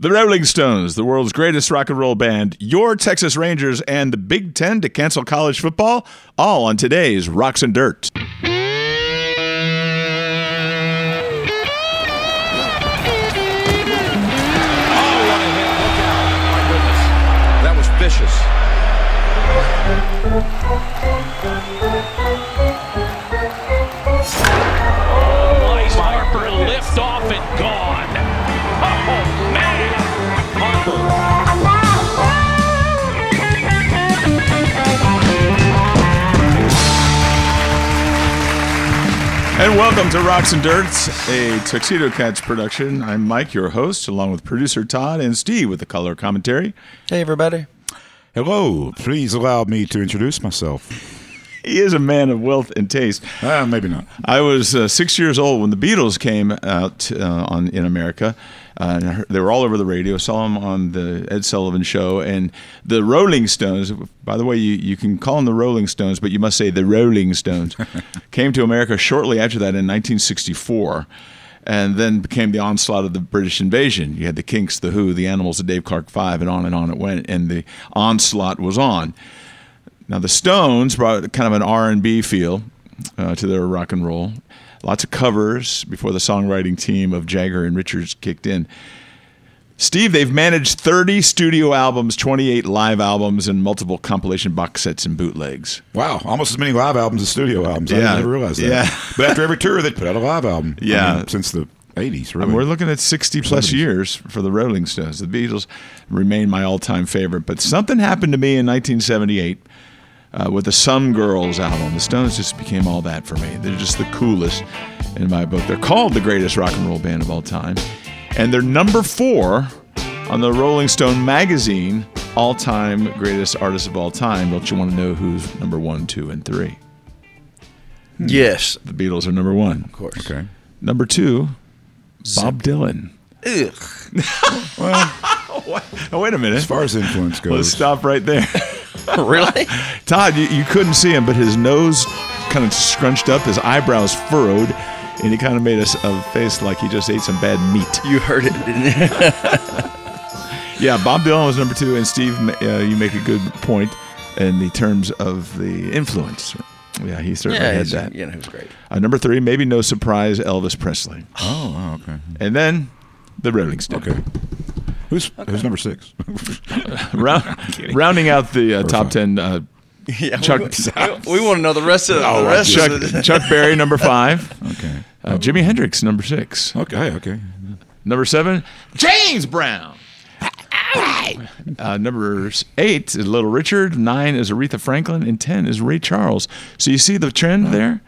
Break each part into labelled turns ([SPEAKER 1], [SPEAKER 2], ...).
[SPEAKER 1] The Rolling Stones, the world's greatest rock and roll band, your Texas Rangers, and the Big Ten to cancel college football, all on today's Rocks and Dirt.
[SPEAKER 2] That was vicious.
[SPEAKER 3] Nice Harper lift off and gone. Oh man, Harper.
[SPEAKER 1] And welcome to Rocks and Dirt, a Tuxedo Cats production. I'm Mike, your host, along with producer Todd and Steve with the color commentary.
[SPEAKER 4] Hey, everybody.
[SPEAKER 5] Hello. Please allow me to introduce myself.
[SPEAKER 1] He is a man of wealth and taste.
[SPEAKER 5] Ah, maybe not.
[SPEAKER 1] I was uh, six years old when the Beatles came out uh, on in America. Uh, and I heard- they were all over the radio. Saw them on the Ed Sullivan Show and the Rolling Stones. By the way, you, you can call them the Rolling Stones, but you must say the Rolling Stones. came to America shortly after that in 1964, and then became the onslaught of the British invasion. You had the Kinks, the Who, the Animals, the Dave Clark Five, and on and on it went. And the onslaught was on. Now the Stones brought kind of an R and B feel uh, to their rock and roll. Lots of covers before the songwriting team of Jagger and Richards kicked in. Steve, they've managed 30 studio albums, 28 live albums, and multiple compilation box sets and bootlegs.
[SPEAKER 5] Wow, almost as many live albums as studio albums.
[SPEAKER 1] Yeah.
[SPEAKER 5] I never realized that.
[SPEAKER 1] Yeah.
[SPEAKER 5] But after every tour, they put out a live album. I
[SPEAKER 1] Yeah.
[SPEAKER 5] mean, since the 80s,
[SPEAKER 1] I
[SPEAKER 5] really.
[SPEAKER 1] mean, we're looking at 60 plus years for the Rolling Stones. The Beatles remain my all time favorite, but something happened to me in 1978 uh, with the Some Girls album. The Stones just became all that for me. They're just the coolest in my book. They're called the greatest rock and roll band of all time, and they're number four on the Rolling Stone magazine all time greatest artist of all time. Don't you want to know who's number one, two, and three?
[SPEAKER 4] Yes.
[SPEAKER 1] The Beatles are number one. Of course.
[SPEAKER 5] okay.
[SPEAKER 1] Number two, Bob Dylan.
[SPEAKER 4] Ugh.
[SPEAKER 1] Oh, wait a minute.
[SPEAKER 5] As far as influence goes,
[SPEAKER 1] Let's stop right there.
[SPEAKER 4] really?
[SPEAKER 1] Todd, you, you couldn't see him, but his nose kind of scrunched up, his eyebrows furrowed, and he kind of made us a face like he just ate some bad meat.
[SPEAKER 4] You heard it, didn't you?
[SPEAKER 1] Yeah, Bob Dylan was number two, and Steve, uh, you make a good point in the terms of the influence. Yeah, he certainly had
[SPEAKER 4] he's-
[SPEAKER 1] that.
[SPEAKER 4] You know, it was great.
[SPEAKER 1] Uh, number three, maybe no surprise, Elvis Presley.
[SPEAKER 5] Oh, wow, okay.
[SPEAKER 1] And then the Rolling Stones.
[SPEAKER 5] Okay. Who's, who's number six?
[SPEAKER 1] Round, rounding out the uh, top ten, uh,
[SPEAKER 4] Yeah, we-
[SPEAKER 1] Chuck-
[SPEAKER 4] we, we want to know the rest of the,
[SPEAKER 5] Oh, I
[SPEAKER 4] rest
[SPEAKER 1] Chuck,
[SPEAKER 4] of the,
[SPEAKER 1] Chuck Berry, number five.
[SPEAKER 5] okay.
[SPEAKER 1] Uh, Jimi Hendrix, number six.
[SPEAKER 5] Okay, okay.
[SPEAKER 1] Number seven, James Brown. Uh, number s- eight is Little Richard. Nine is Aretha Franklin, and ten is Ray Charles. So you see the trend there.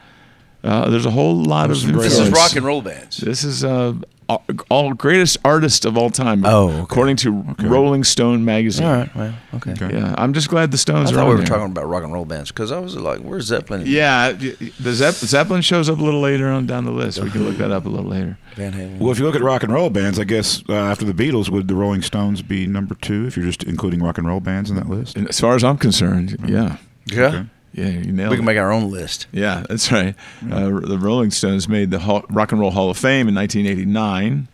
[SPEAKER 1] Uh, there's a whole lot of
[SPEAKER 5] great
[SPEAKER 4] This is
[SPEAKER 5] Yes.
[SPEAKER 1] influence.
[SPEAKER 4] rock and roll bands.
[SPEAKER 1] This is uh, all- all greatest artist of all time.
[SPEAKER 4] Oh, okay.
[SPEAKER 1] according to Rolling Stone magazine.
[SPEAKER 4] well, okay.
[SPEAKER 1] Yeah, I'm just glad the Stones
[SPEAKER 4] I
[SPEAKER 1] are
[SPEAKER 4] thought
[SPEAKER 1] on
[SPEAKER 4] we were
[SPEAKER 1] there.
[SPEAKER 4] talking about rock and roll bands because I was like, "Where's Zeppelin?"
[SPEAKER 1] yeah, y- y- the Zepp- Zeppelin shows up a little later on down the list. We can look that up a little later.
[SPEAKER 4] Van Halen.
[SPEAKER 5] Well, if you look at rock and roll bands, I guess uh, after the Beatles, would the Rolling Stones be number two if you're just including rock and roll bands in that list?
[SPEAKER 1] And as far as I'm concerned, yeah,
[SPEAKER 4] Yeah,
[SPEAKER 1] yeah, you nailed
[SPEAKER 4] we can
[SPEAKER 1] it.
[SPEAKER 4] make our own list.
[SPEAKER 1] Yeah, that's right. Uh, the Rolling Stones made the Hall, Rock and Roll Hall of Fame in 1989.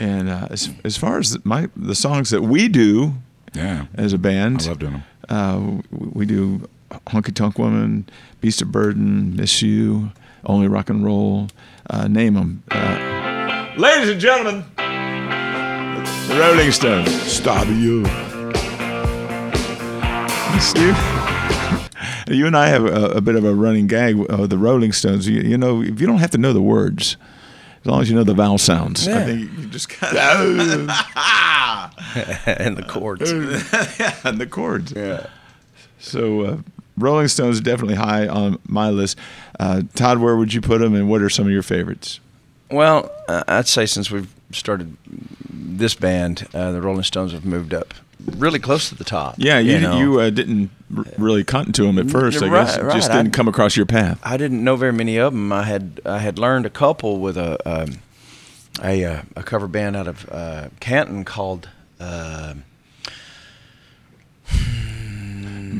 [SPEAKER 1] And uh, as, as far as my the songs that we do
[SPEAKER 5] Yeah.
[SPEAKER 1] as a band,
[SPEAKER 5] I love doing them.
[SPEAKER 1] uh, w- we do Honky Tonk Woman, Beast of Burden, Miss You, Only Rock and Roll, uh, name them. Uh, ladies and gentlemen, the Rolling Stones.
[SPEAKER 5] Stop you.
[SPEAKER 1] Steve, you and I have a, a bit of a running gag of the Rolling Stones. You, you know, if you don't have to know the words, as long as you know the vowel sounds, I
[SPEAKER 4] Yeah.
[SPEAKER 1] think you just kind of
[SPEAKER 4] and the chords.
[SPEAKER 1] and the chords. So, uh, Rolling Stones definitely high on my list. Uh, Todd, where would you put them, and what are some of your favorites?
[SPEAKER 4] Well, uh, I'd say since we've started this band, uh, the Rolling Stones have moved up really close to the top.
[SPEAKER 1] Yeah, you you,
[SPEAKER 4] know.
[SPEAKER 1] uh, didn't r- really cotton to them at first. I
[SPEAKER 4] Right,
[SPEAKER 1] guess It
[SPEAKER 4] right.
[SPEAKER 1] just didn't
[SPEAKER 4] I-
[SPEAKER 1] come across your path.
[SPEAKER 4] I didn't know very many of them. I had I had learned a couple with a um, a, uh, a cover band out of uh, Canton called. um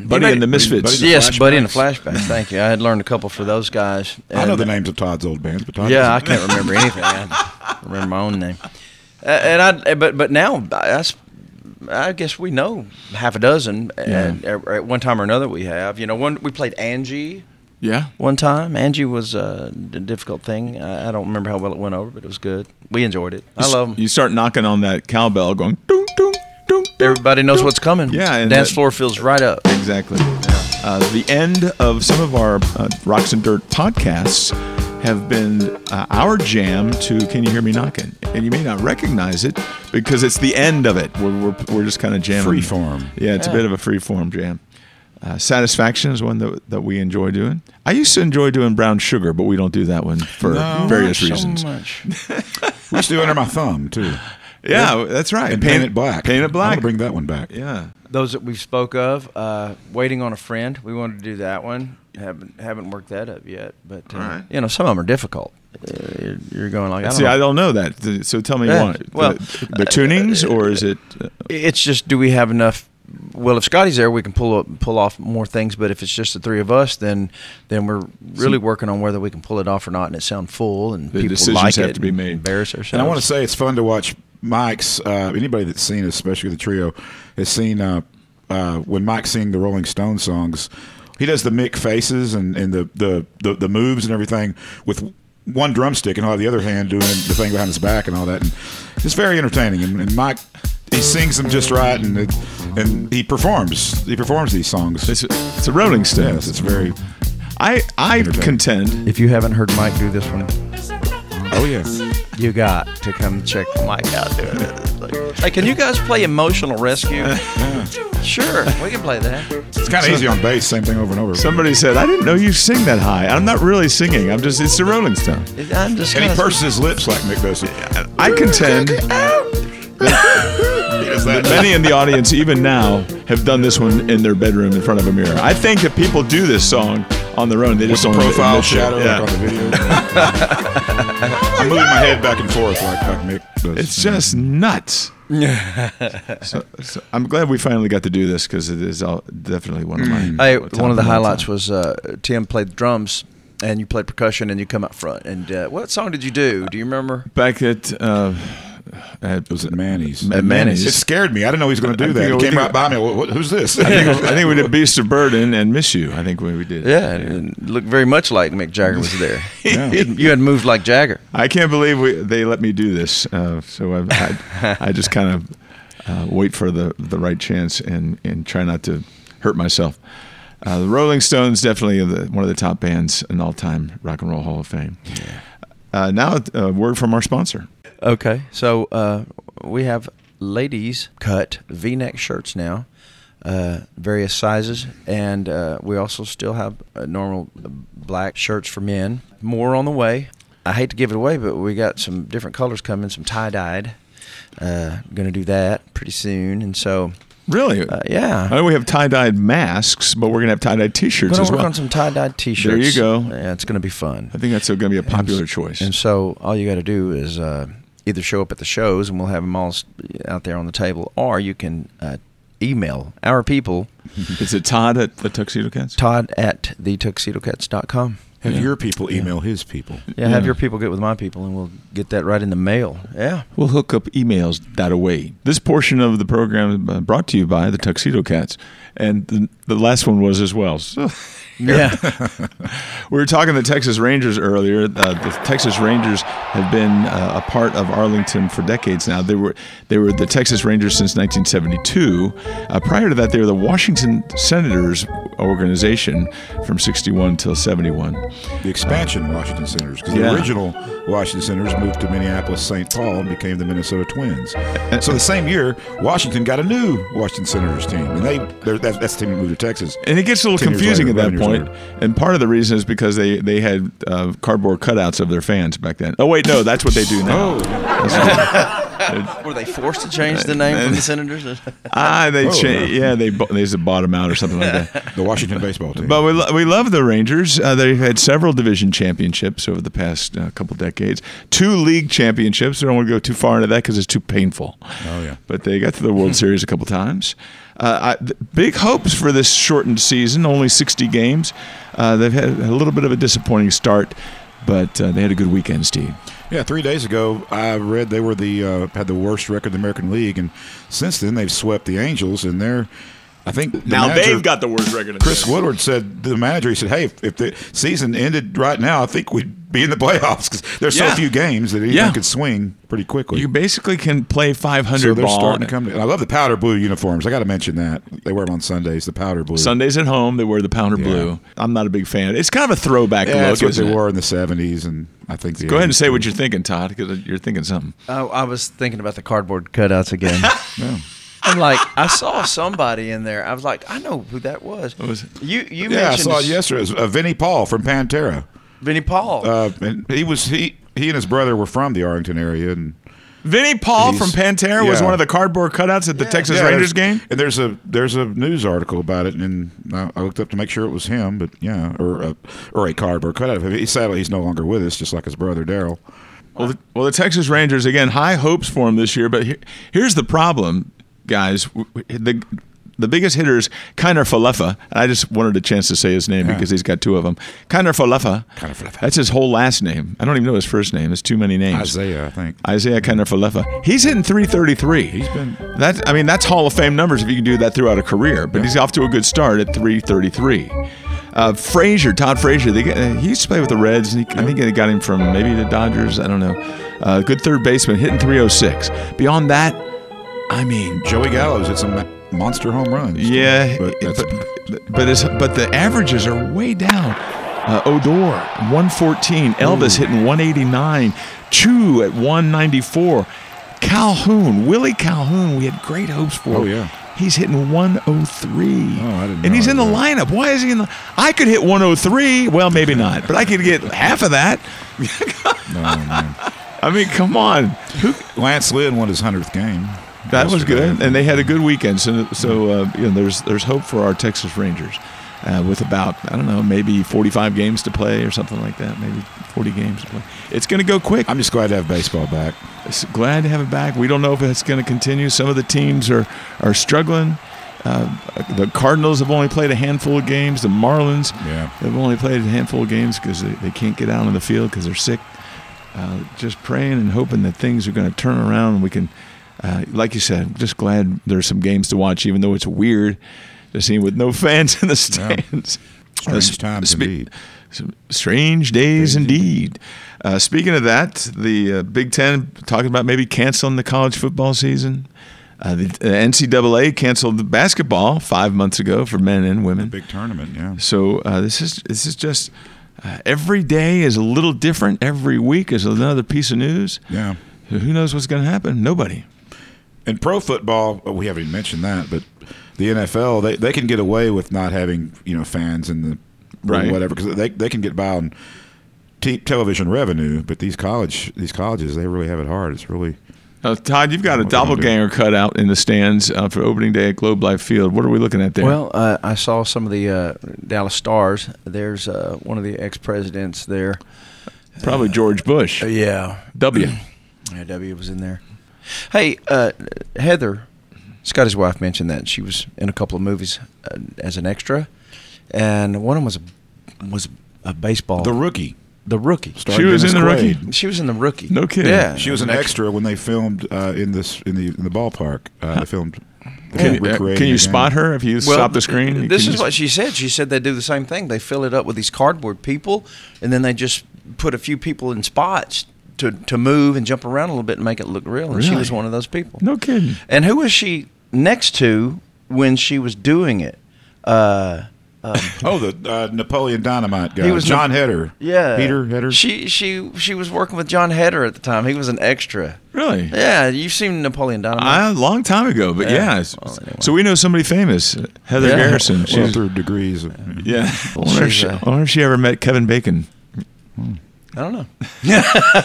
[SPEAKER 1] Buddy and the Misfits.
[SPEAKER 5] Buddy-
[SPEAKER 4] yes, Buddy and the
[SPEAKER 5] Flashbacks?
[SPEAKER 4] Flashbacks. Thank you. I had learned a couple for those guys.
[SPEAKER 5] I know
[SPEAKER 4] and- uh,
[SPEAKER 5] the names of Todd's old bands, but Todd
[SPEAKER 4] Yeah, I
[SPEAKER 5] doesn't.
[SPEAKER 4] can't remember anything. I remember my own name. Uh, and I, but but now I, s- I guess we know half a dozen and at, at one time or another. We have, you know, one we played Angie
[SPEAKER 1] Yeah.
[SPEAKER 4] one time. Angie was uh, a difficult thing. I, I don't remember how well it went over, but it was good. We enjoyed it. I love 'em.
[SPEAKER 1] You start knocking on that cowbell, going doom doom doom.
[SPEAKER 4] Everybody knows what's coming.
[SPEAKER 1] Yeah, and
[SPEAKER 4] dance
[SPEAKER 1] that-
[SPEAKER 4] floor feels right up.
[SPEAKER 1] Exactly. Uh, the end of some of our uh, Rocks and Dirt podcasts have been uh, our jam to Can You Hear Me Knocking? And you may not recognize it because it's the end of it. We're, we're, we're just kind of jamming.
[SPEAKER 5] Free form.
[SPEAKER 1] Yeah, it's a bit of a free form jam. Uh, Satisfaction is one that, that we enjoy doing. I used to enjoy doing Brown Sugar, but we don't do that one for various
[SPEAKER 4] Not so
[SPEAKER 1] reasons.
[SPEAKER 4] much.
[SPEAKER 5] We used to do under my thumb too.
[SPEAKER 1] Yeah, that's right.
[SPEAKER 5] And paint it black.
[SPEAKER 1] Paint it
[SPEAKER 5] I want
[SPEAKER 1] black.
[SPEAKER 5] to bring that one back.
[SPEAKER 1] yeah.
[SPEAKER 4] Those that we've spoke of, uh, waiting on a friend. We wanted to do that one. Haven't haven't worked that up yet, but uh,
[SPEAKER 1] right.
[SPEAKER 4] you know some of them are difficult. Uh, you're, you're going like I don't
[SPEAKER 1] See,
[SPEAKER 4] know.
[SPEAKER 1] I don't know that. Th- So tell me,
[SPEAKER 4] Yeah,
[SPEAKER 1] you want it.
[SPEAKER 4] well,
[SPEAKER 1] the, the tunings, or is it? uh,
[SPEAKER 4] It's just do we have enough? Well, if Scotty's there, we can pull up, pull off more things. But if it's just the three of us, then then we're really working on whether we can pull it off or not, and it sound full and
[SPEAKER 1] The
[SPEAKER 4] people
[SPEAKER 1] decisions
[SPEAKER 4] like
[SPEAKER 1] have
[SPEAKER 4] it
[SPEAKER 1] to be
[SPEAKER 4] and
[SPEAKER 1] made.
[SPEAKER 4] Embarrass ourselves.
[SPEAKER 5] And I want to say it's fun to watch Mike's. Uh, anybody that's seen, especially the trio, has seen uh, uh, when Mike sing the Rolling Stone songs. He does the Mick faces and, and the, the, the, the moves and everything with one drumstick, and he'll have the other hand doing the thing behind his back and all that. And it's very entertaining. And, and Mike, he sings them just right, and it, and he performs. He performs these songs.
[SPEAKER 1] It's, it's a Rolling Stones.
[SPEAKER 5] yes, it's very.
[SPEAKER 1] I I
[SPEAKER 5] Entertaining.
[SPEAKER 1] contend.
[SPEAKER 4] if you haven't heard Mike do this one,
[SPEAKER 5] Oh yeah.
[SPEAKER 4] you got to come check Mike out doing it. Like, hey, can you guys play Emotional Rescue? sure, we can play that.
[SPEAKER 5] It's kind of easy on bass. Same thing over and over.
[SPEAKER 1] Somebody said I didn't know you sing that high. I'm not really singing. I'm just it's the Rolling Stones.
[SPEAKER 4] I'm just
[SPEAKER 5] and he
[SPEAKER 4] kinda-
[SPEAKER 5] purses his lips like Mick does.
[SPEAKER 1] I contend that many in the audience even now have done this one in their bedroom in front of a mirror. I think that people do this song on their own. They
[SPEAKER 5] With
[SPEAKER 1] just
[SPEAKER 5] the
[SPEAKER 1] don't
[SPEAKER 5] profile
[SPEAKER 1] admit to it.
[SPEAKER 5] shadow
[SPEAKER 1] Yeah.
[SPEAKER 5] like on the video. I'm moving my head back and forth like, like Mick does.
[SPEAKER 1] It's just nuts. so, so I'm glad we finally got to do this because it is all, definitely one of my.
[SPEAKER 4] Hey,
[SPEAKER 1] top
[SPEAKER 4] one of the
[SPEAKER 1] all
[SPEAKER 4] highlights
[SPEAKER 1] time.
[SPEAKER 4] was uh, Tim played the drums and you played percussion and you come up front. And uh, what song did you do? Do you remember?
[SPEAKER 1] back at uh, at,
[SPEAKER 5] was at Manny's.
[SPEAKER 1] at Manny's.
[SPEAKER 5] It scared me. I didn't know he was going to do
[SPEAKER 1] think
[SPEAKER 5] that.
[SPEAKER 1] it
[SPEAKER 5] He
[SPEAKER 1] was-
[SPEAKER 5] came right by me. What, what, who's this?
[SPEAKER 1] I think, I think we did Beast of Burden and Miss You. I think we, we did.
[SPEAKER 4] Yeah, and it looked very much like Mick Jagger was there.
[SPEAKER 5] Yeah.
[SPEAKER 4] You had- you had moved like Jagger.
[SPEAKER 1] I can't believe we, they let me do this. Uh, so I, I, I just kind of uh, wait for the, the right chance and, and try not to hurt myself. Uh, the Rolling Stones definitely are the, one of the top bands in all time rock and roll Hall of Fame. Uh, now, a word from our sponsor.
[SPEAKER 4] Okay, so uh, we have ladies cut V-neck shirts now, uh, various sizes, and uh, we also still have uh, normal black shirts for men. More on the way. I hate to give it away, but we got some different colors coming, some tie-dyed. Uh, gonna do that pretty soon, and so
[SPEAKER 1] Really?
[SPEAKER 4] uh, yeah,
[SPEAKER 1] I know we have tie dyed masks, but we're going to have tie dyed t
[SPEAKER 4] we're
[SPEAKER 1] shirts
[SPEAKER 4] gonna
[SPEAKER 1] as
[SPEAKER 4] work
[SPEAKER 1] well.
[SPEAKER 4] on some tie-dyed T-shirts.
[SPEAKER 1] go.
[SPEAKER 4] Yeah, it's gonna be fun.
[SPEAKER 1] I think that's going to be a popular choice.
[SPEAKER 4] And so all you got to do is uh, either show up at the shows and we'll have them all s- out there on the table, or you can uh, email our people,
[SPEAKER 1] Is it Todd at the Tuxedo Cats?
[SPEAKER 4] Todd at thetexidocats.com.
[SPEAKER 5] Have your people email his people.
[SPEAKER 4] Yeah, have
[SPEAKER 1] Yeah.
[SPEAKER 4] your people get with my people and we'll get that right in the mail. Yeah.
[SPEAKER 1] We'll hook up emails that away. This portion of the program is uh, brought to you by the Tuxedo Cats, and the, the last one was as well. So,
[SPEAKER 4] Yeah.
[SPEAKER 1] we were talking the Texas Rangers earlier. Uh, the Texas Rangers have been uh, a part of Arlington for decades now. They were they were the Texas Rangers since 1972. Uh, prior to that, they were the Washington Senators organization from 61 till 71.
[SPEAKER 5] The expansion Washington Senators, because
[SPEAKER 1] Yeah.
[SPEAKER 5] the original Washington Senators moved to Minneapolis, St. Paul, and became the Minnesota Twins. So the same year, Washington got a new Washington Senators team, and they they're- that, that's the team that moved to Texas.
[SPEAKER 1] and it gets a little
[SPEAKER 5] 10 years
[SPEAKER 1] confusing
[SPEAKER 5] later,
[SPEAKER 1] at that
[SPEAKER 5] 11 years
[SPEAKER 1] point. And part of the reason is because they they had uh, cardboard cutouts of their fans back then. Oh wait, no, that's what they do
[SPEAKER 5] Oh.
[SPEAKER 1] now.
[SPEAKER 4] Were they forced to change the name from the Senators?
[SPEAKER 1] Ah, they
[SPEAKER 5] Oh,
[SPEAKER 1] cha-
[SPEAKER 5] no.
[SPEAKER 1] yeah, they bo- they just bought them out or something like that.
[SPEAKER 5] The Washington baseball team.
[SPEAKER 1] But we, lo- we love the Rangers. Uh, they've had several division championships over the past uh, couple decades. Two league championships. I don't want to go too far into that because it's too painful.
[SPEAKER 5] Oh, yeah.
[SPEAKER 1] But they got to the World Series a couple times. Uh, I, th- big hopes for this shortened season, only 60 games. Uh, they've had a little bit of a disappointing start, but uh, they had a good weekend, Steve.
[SPEAKER 5] Yeah, three days ago, I read they were the uh, had the worst record in the American League, and since then they've swept the Angels, and they're. I think the
[SPEAKER 1] now
[SPEAKER 5] manager-
[SPEAKER 1] they've got the worst record. in
[SPEAKER 5] Chris
[SPEAKER 1] the-
[SPEAKER 5] Woodward said the manager. He said, "Hey, if, if the season ended right now, I think we'd be in the playoffs because there's
[SPEAKER 1] Yeah.
[SPEAKER 5] so few games that anything
[SPEAKER 1] Yeah.
[SPEAKER 5] could swing pretty quickly."
[SPEAKER 1] You basically can play 500
[SPEAKER 5] so they're
[SPEAKER 1] ball.
[SPEAKER 5] starting to come. To, and I love the powder blue uniforms. I got to mention that they wear them on Sundays. The powder blue.
[SPEAKER 1] Sundays at home, they wear the pounder blue. I'm not a big fan. It's kind of a throwback
[SPEAKER 5] yeah,
[SPEAKER 1] look.
[SPEAKER 5] that's what
[SPEAKER 1] isn't
[SPEAKER 5] they
[SPEAKER 1] it?
[SPEAKER 5] wore in the '70s, and I think. The
[SPEAKER 1] Go ahead and say what you're thinking, Todd, because you're thinking something.
[SPEAKER 4] Oh, I was thinking about the cardboard cutouts again. I'm like, I saw somebody in there. I was like, I know who that was.
[SPEAKER 1] was it?
[SPEAKER 4] You you
[SPEAKER 5] Yeah, I
[SPEAKER 4] mentioned
[SPEAKER 5] saw it yesterday. It was, uh, Vinnie Paul from Pantera.
[SPEAKER 4] Vinnie Paul.
[SPEAKER 5] Uh, and he was he he and his brother were from the Arlington area, and
[SPEAKER 1] Vinnie Paul
[SPEAKER 5] He's-
[SPEAKER 1] from Pantera was
[SPEAKER 5] yeah.
[SPEAKER 1] one of the cardboard cutouts at the Uh, Texas
[SPEAKER 5] Yeah,
[SPEAKER 1] Rangers
[SPEAKER 5] there's-
[SPEAKER 1] game.
[SPEAKER 5] And there's a there's a news article about it, and I, I looked up to make sure it was him, but yeah, or a, or a cardboard cutout of him. He, sadly, he's no longer with us, just like his brother Daryl.
[SPEAKER 1] Well, the, well, the Texas Rangers again, high hopes for them this year. But here, here's the problem, guys. W- w- The the biggest hitter is Kiner Falefa. And I just wanted a chance to say his name because he's got two of them. Kiner Falefa.
[SPEAKER 5] Kiner Falefa.
[SPEAKER 1] That's his whole last name. I don't even know his first name. It's too many names.
[SPEAKER 5] Isaiah, I think.
[SPEAKER 1] Isaiah Kiner Falefa. He's hitting 333. He's
[SPEAKER 5] been-
[SPEAKER 1] that. I mean, that's Hall of Fame numbers if you can do that throughout a career. But he's off to a good start at 333. Uh, Frazier, Todd Frazier, they, get- uh, he used to play with the Reds, and he, I think they got him from maybe the Dodgers. I don't know. Uh, good third baseman, hitting 306. Beyond that, I mean,
[SPEAKER 5] Joey Gallows hit some monster home runs.
[SPEAKER 1] yeah,
[SPEAKER 5] but that's
[SPEAKER 1] but but, it's, but the averages are way down. Uh, Odor 114, Elvis hitting 189, Chu at 194, Calhoun, Willie Calhoun, we had great hopes for.
[SPEAKER 5] Oh, yeah.
[SPEAKER 1] he's hitting 103.
[SPEAKER 5] Oh, I didn't
[SPEAKER 1] And he's
[SPEAKER 5] know
[SPEAKER 1] in the
[SPEAKER 5] that.
[SPEAKER 1] lineup. Why is he in the? I could hit 103. Well, maybe not, but I could get half of that.
[SPEAKER 5] no, man.
[SPEAKER 1] I mean, come on, who?
[SPEAKER 5] Lance Lynn won his hundredth game.
[SPEAKER 1] That was
[SPEAKER 5] yesterday.
[SPEAKER 1] good, and they had a good weekend. So, so uh, you know, there's there's hope for our Texas Rangers, uh, with about I don't know maybe 45 games to play or something like that, maybe 40 games to play. It's going to go quick. I'm
[SPEAKER 5] I'm just glad to have baseball back.
[SPEAKER 1] s- glad to have it back. We don't know if it's going to continue. Some of the teams are are struggling. Uh, the Cardinals have only played a handful of games. The Marlins
[SPEAKER 5] Yeah.
[SPEAKER 1] have only played a handful of games because they, they can't get out on the field because they're sick. Uh, just praying and hoping that things are going to turn around and we can, uh, like you said, just glad there's some games to watch, even though it's weird to see with no fans in the stands.
[SPEAKER 5] Strange
[SPEAKER 1] Uh, sp-
[SPEAKER 5] times
[SPEAKER 1] spe-
[SPEAKER 5] indeed.
[SPEAKER 1] some strange days indeed. Uh, speaking of that, the uh, Big Ten talking about maybe canceling the college football season. Uh, the uh, NCAA canceled the basketball five months ago for men and women.
[SPEAKER 5] Big tournament, yeah.
[SPEAKER 1] So uh, this is this is just uh, every day is a little different. Every week is another piece of news.
[SPEAKER 5] Yeah.
[SPEAKER 1] Who knows what's going to happen? Nobody.
[SPEAKER 5] In pro football, oh, we haven't even mentioned that, but the NFL they, they can get away with not having you know fans in the
[SPEAKER 1] Right.
[SPEAKER 5] or whatever because they they can get by on t- television revenue, but these college these colleges they really have it hard. It's really
[SPEAKER 1] Uh, Todd, you've got a
[SPEAKER 5] What they gonna do?
[SPEAKER 1] doppelganger cut out in the stands uh, for opening day at Globe Life Field. What are we looking at there?
[SPEAKER 4] Well, uh, I saw some of the uh, Dallas Stars. There's uh, one of the ex presidents there.
[SPEAKER 1] probably George Bush.
[SPEAKER 4] Uh, yeah,
[SPEAKER 1] W.
[SPEAKER 4] yeah, W was in there. Hey, uh, Heather, Scotty's wife mentioned that she was in a couple of movies uh, as an extra, and one of them was a, was a baseball.
[SPEAKER 5] the rookie.
[SPEAKER 4] the rookie.
[SPEAKER 5] starring
[SPEAKER 1] She was
[SPEAKER 5] Dennis
[SPEAKER 1] in the
[SPEAKER 5] Quaid.
[SPEAKER 1] rookie?
[SPEAKER 4] She was in the rookie.
[SPEAKER 1] No kidding.
[SPEAKER 4] Yeah,
[SPEAKER 5] She was an extra when they filmed uh, in this in the in the ballpark. Uh, they filmed.
[SPEAKER 1] Can, uh,
[SPEAKER 5] recreating
[SPEAKER 1] can
[SPEAKER 5] the
[SPEAKER 1] you spot
[SPEAKER 5] game.
[SPEAKER 1] her if you
[SPEAKER 4] Well,
[SPEAKER 1] stop the screen?
[SPEAKER 4] This
[SPEAKER 1] Can
[SPEAKER 4] is
[SPEAKER 1] you-
[SPEAKER 4] what she said. She said they do the same thing. They fill it up with these cardboard people, and then they just put a few people in spots to, to move and jump around a little bit and make it look real. And she
[SPEAKER 1] Really?
[SPEAKER 4] was one of those people.
[SPEAKER 1] No kidding.
[SPEAKER 4] And who was she next to when she was doing it? Uh,
[SPEAKER 5] Oh, the uh, Napoleon Dynamite guy.
[SPEAKER 4] He was
[SPEAKER 5] John
[SPEAKER 4] Nap-
[SPEAKER 5] Heder.
[SPEAKER 4] yeah,
[SPEAKER 5] Peter Heder.
[SPEAKER 4] She she she was working with John Heder at the time. He was an extra.
[SPEAKER 1] Really?
[SPEAKER 4] Yeah, you've seen Napoleon Dynamite.
[SPEAKER 1] I, a long time ago, but
[SPEAKER 4] Yeah.
[SPEAKER 1] yeah.
[SPEAKER 4] Well, anyway.
[SPEAKER 1] So we know somebody famous, Heather
[SPEAKER 4] Yeah.
[SPEAKER 1] Garrison.
[SPEAKER 5] well,
[SPEAKER 1] She's,
[SPEAKER 5] through degrees. Of,
[SPEAKER 1] yeah. I wonder, if
[SPEAKER 4] She's
[SPEAKER 1] she,
[SPEAKER 4] uh, a-
[SPEAKER 1] I wonder if she ever met Kevin Bacon.
[SPEAKER 4] I don't know.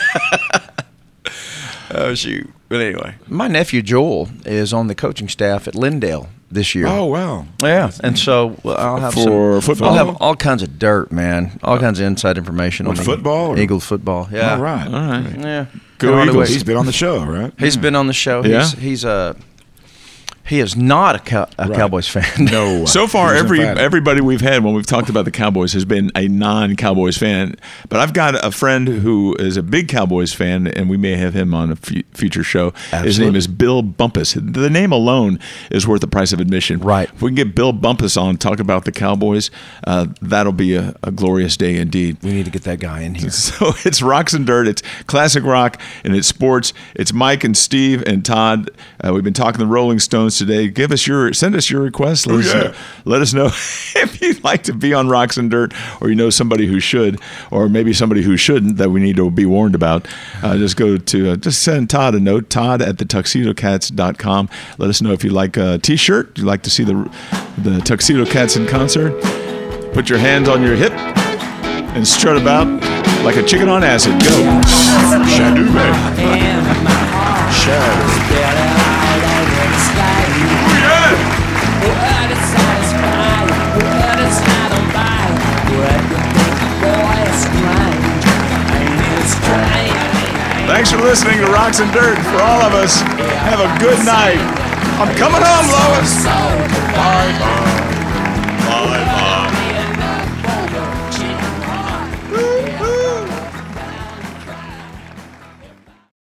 [SPEAKER 4] oh shoot! But anyway, my nephew Joel is on the coaching staff at Lindale this year.
[SPEAKER 5] Oh wow.
[SPEAKER 4] yeah, and so well, I'll have
[SPEAKER 1] For
[SPEAKER 4] some,
[SPEAKER 1] football?
[SPEAKER 4] I'll have all kinds of dirt, man. All kinds of inside information on
[SPEAKER 5] With
[SPEAKER 4] the
[SPEAKER 5] football or-
[SPEAKER 4] Eagles football. Yeah,
[SPEAKER 5] All right.
[SPEAKER 1] All right.
[SPEAKER 4] Yeah,
[SPEAKER 1] Go
[SPEAKER 4] Can't hardly
[SPEAKER 1] Eagles.
[SPEAKER 4] wait.
[SPEAKER 5] He's been on the show, right?
[SPEAKER 4] He's been on the show.
[SPEAKER 1] Yeah.
[SPEAKER 4] He's, he's uh He is not a, cow- a
[SPEAKER 5] Right.
[SPEAKER 4] Cowboys fan.
[SPEAKER 5] No.
[SPEAKER 1] So far,
[SPEAKER 5] He's
[SPEAKER 1] every
[SPEAKER 5] emphatic.
[SPEAKER 1] everybody we've had when we've talked about the Cowboys has been a non-Cowboys fan. But I've got a friend who is a big Cowboys fan, and we may have him on a fu- future show. His
[SPEAKER 4] Absolutely.
[SPEAKER 1] name is Bill Bumpus. The name alone is worth the price of admission.
[SPEAKER 4] Right.
[SPEAKER 1] If we can get Bill Bumpus on and talk about the Cowboys, uh, that'll be a, a glorious day indeed.
[SPEAKER 4] We need to get that guy in here.
[SPEAKER 1] So it's rocks and dirt. It's classic rock and it's sports. It's Mike and Steve and Todd. Uh, we've been talking the Rolling Stones today. Give us your send us your requests. Let, us,
[SPEAKER 5] yeah.
[SPEAKER 1] know, let us know if you'd like to be on rocks and dirt, or you know somebody who should, or maybe somebody who shouldn't that we need to be warned about. Uh, just go to uh, just send Todd a note. Todd at the tuxedocats.com. Let us know if you like a T-shirt. You'd like to see the the Tuxedo Cats in concert. Put your hands on your hip and strut about like a chicken on acid. Go.
[SPEAKER 5] Shadoube. Shadoube.
[SPEAKER 1] Thanks for listening to Rocks and Dirt. For all of us, have a good night. I'm coming home, Lois.
[SPEAKER 6] Lois.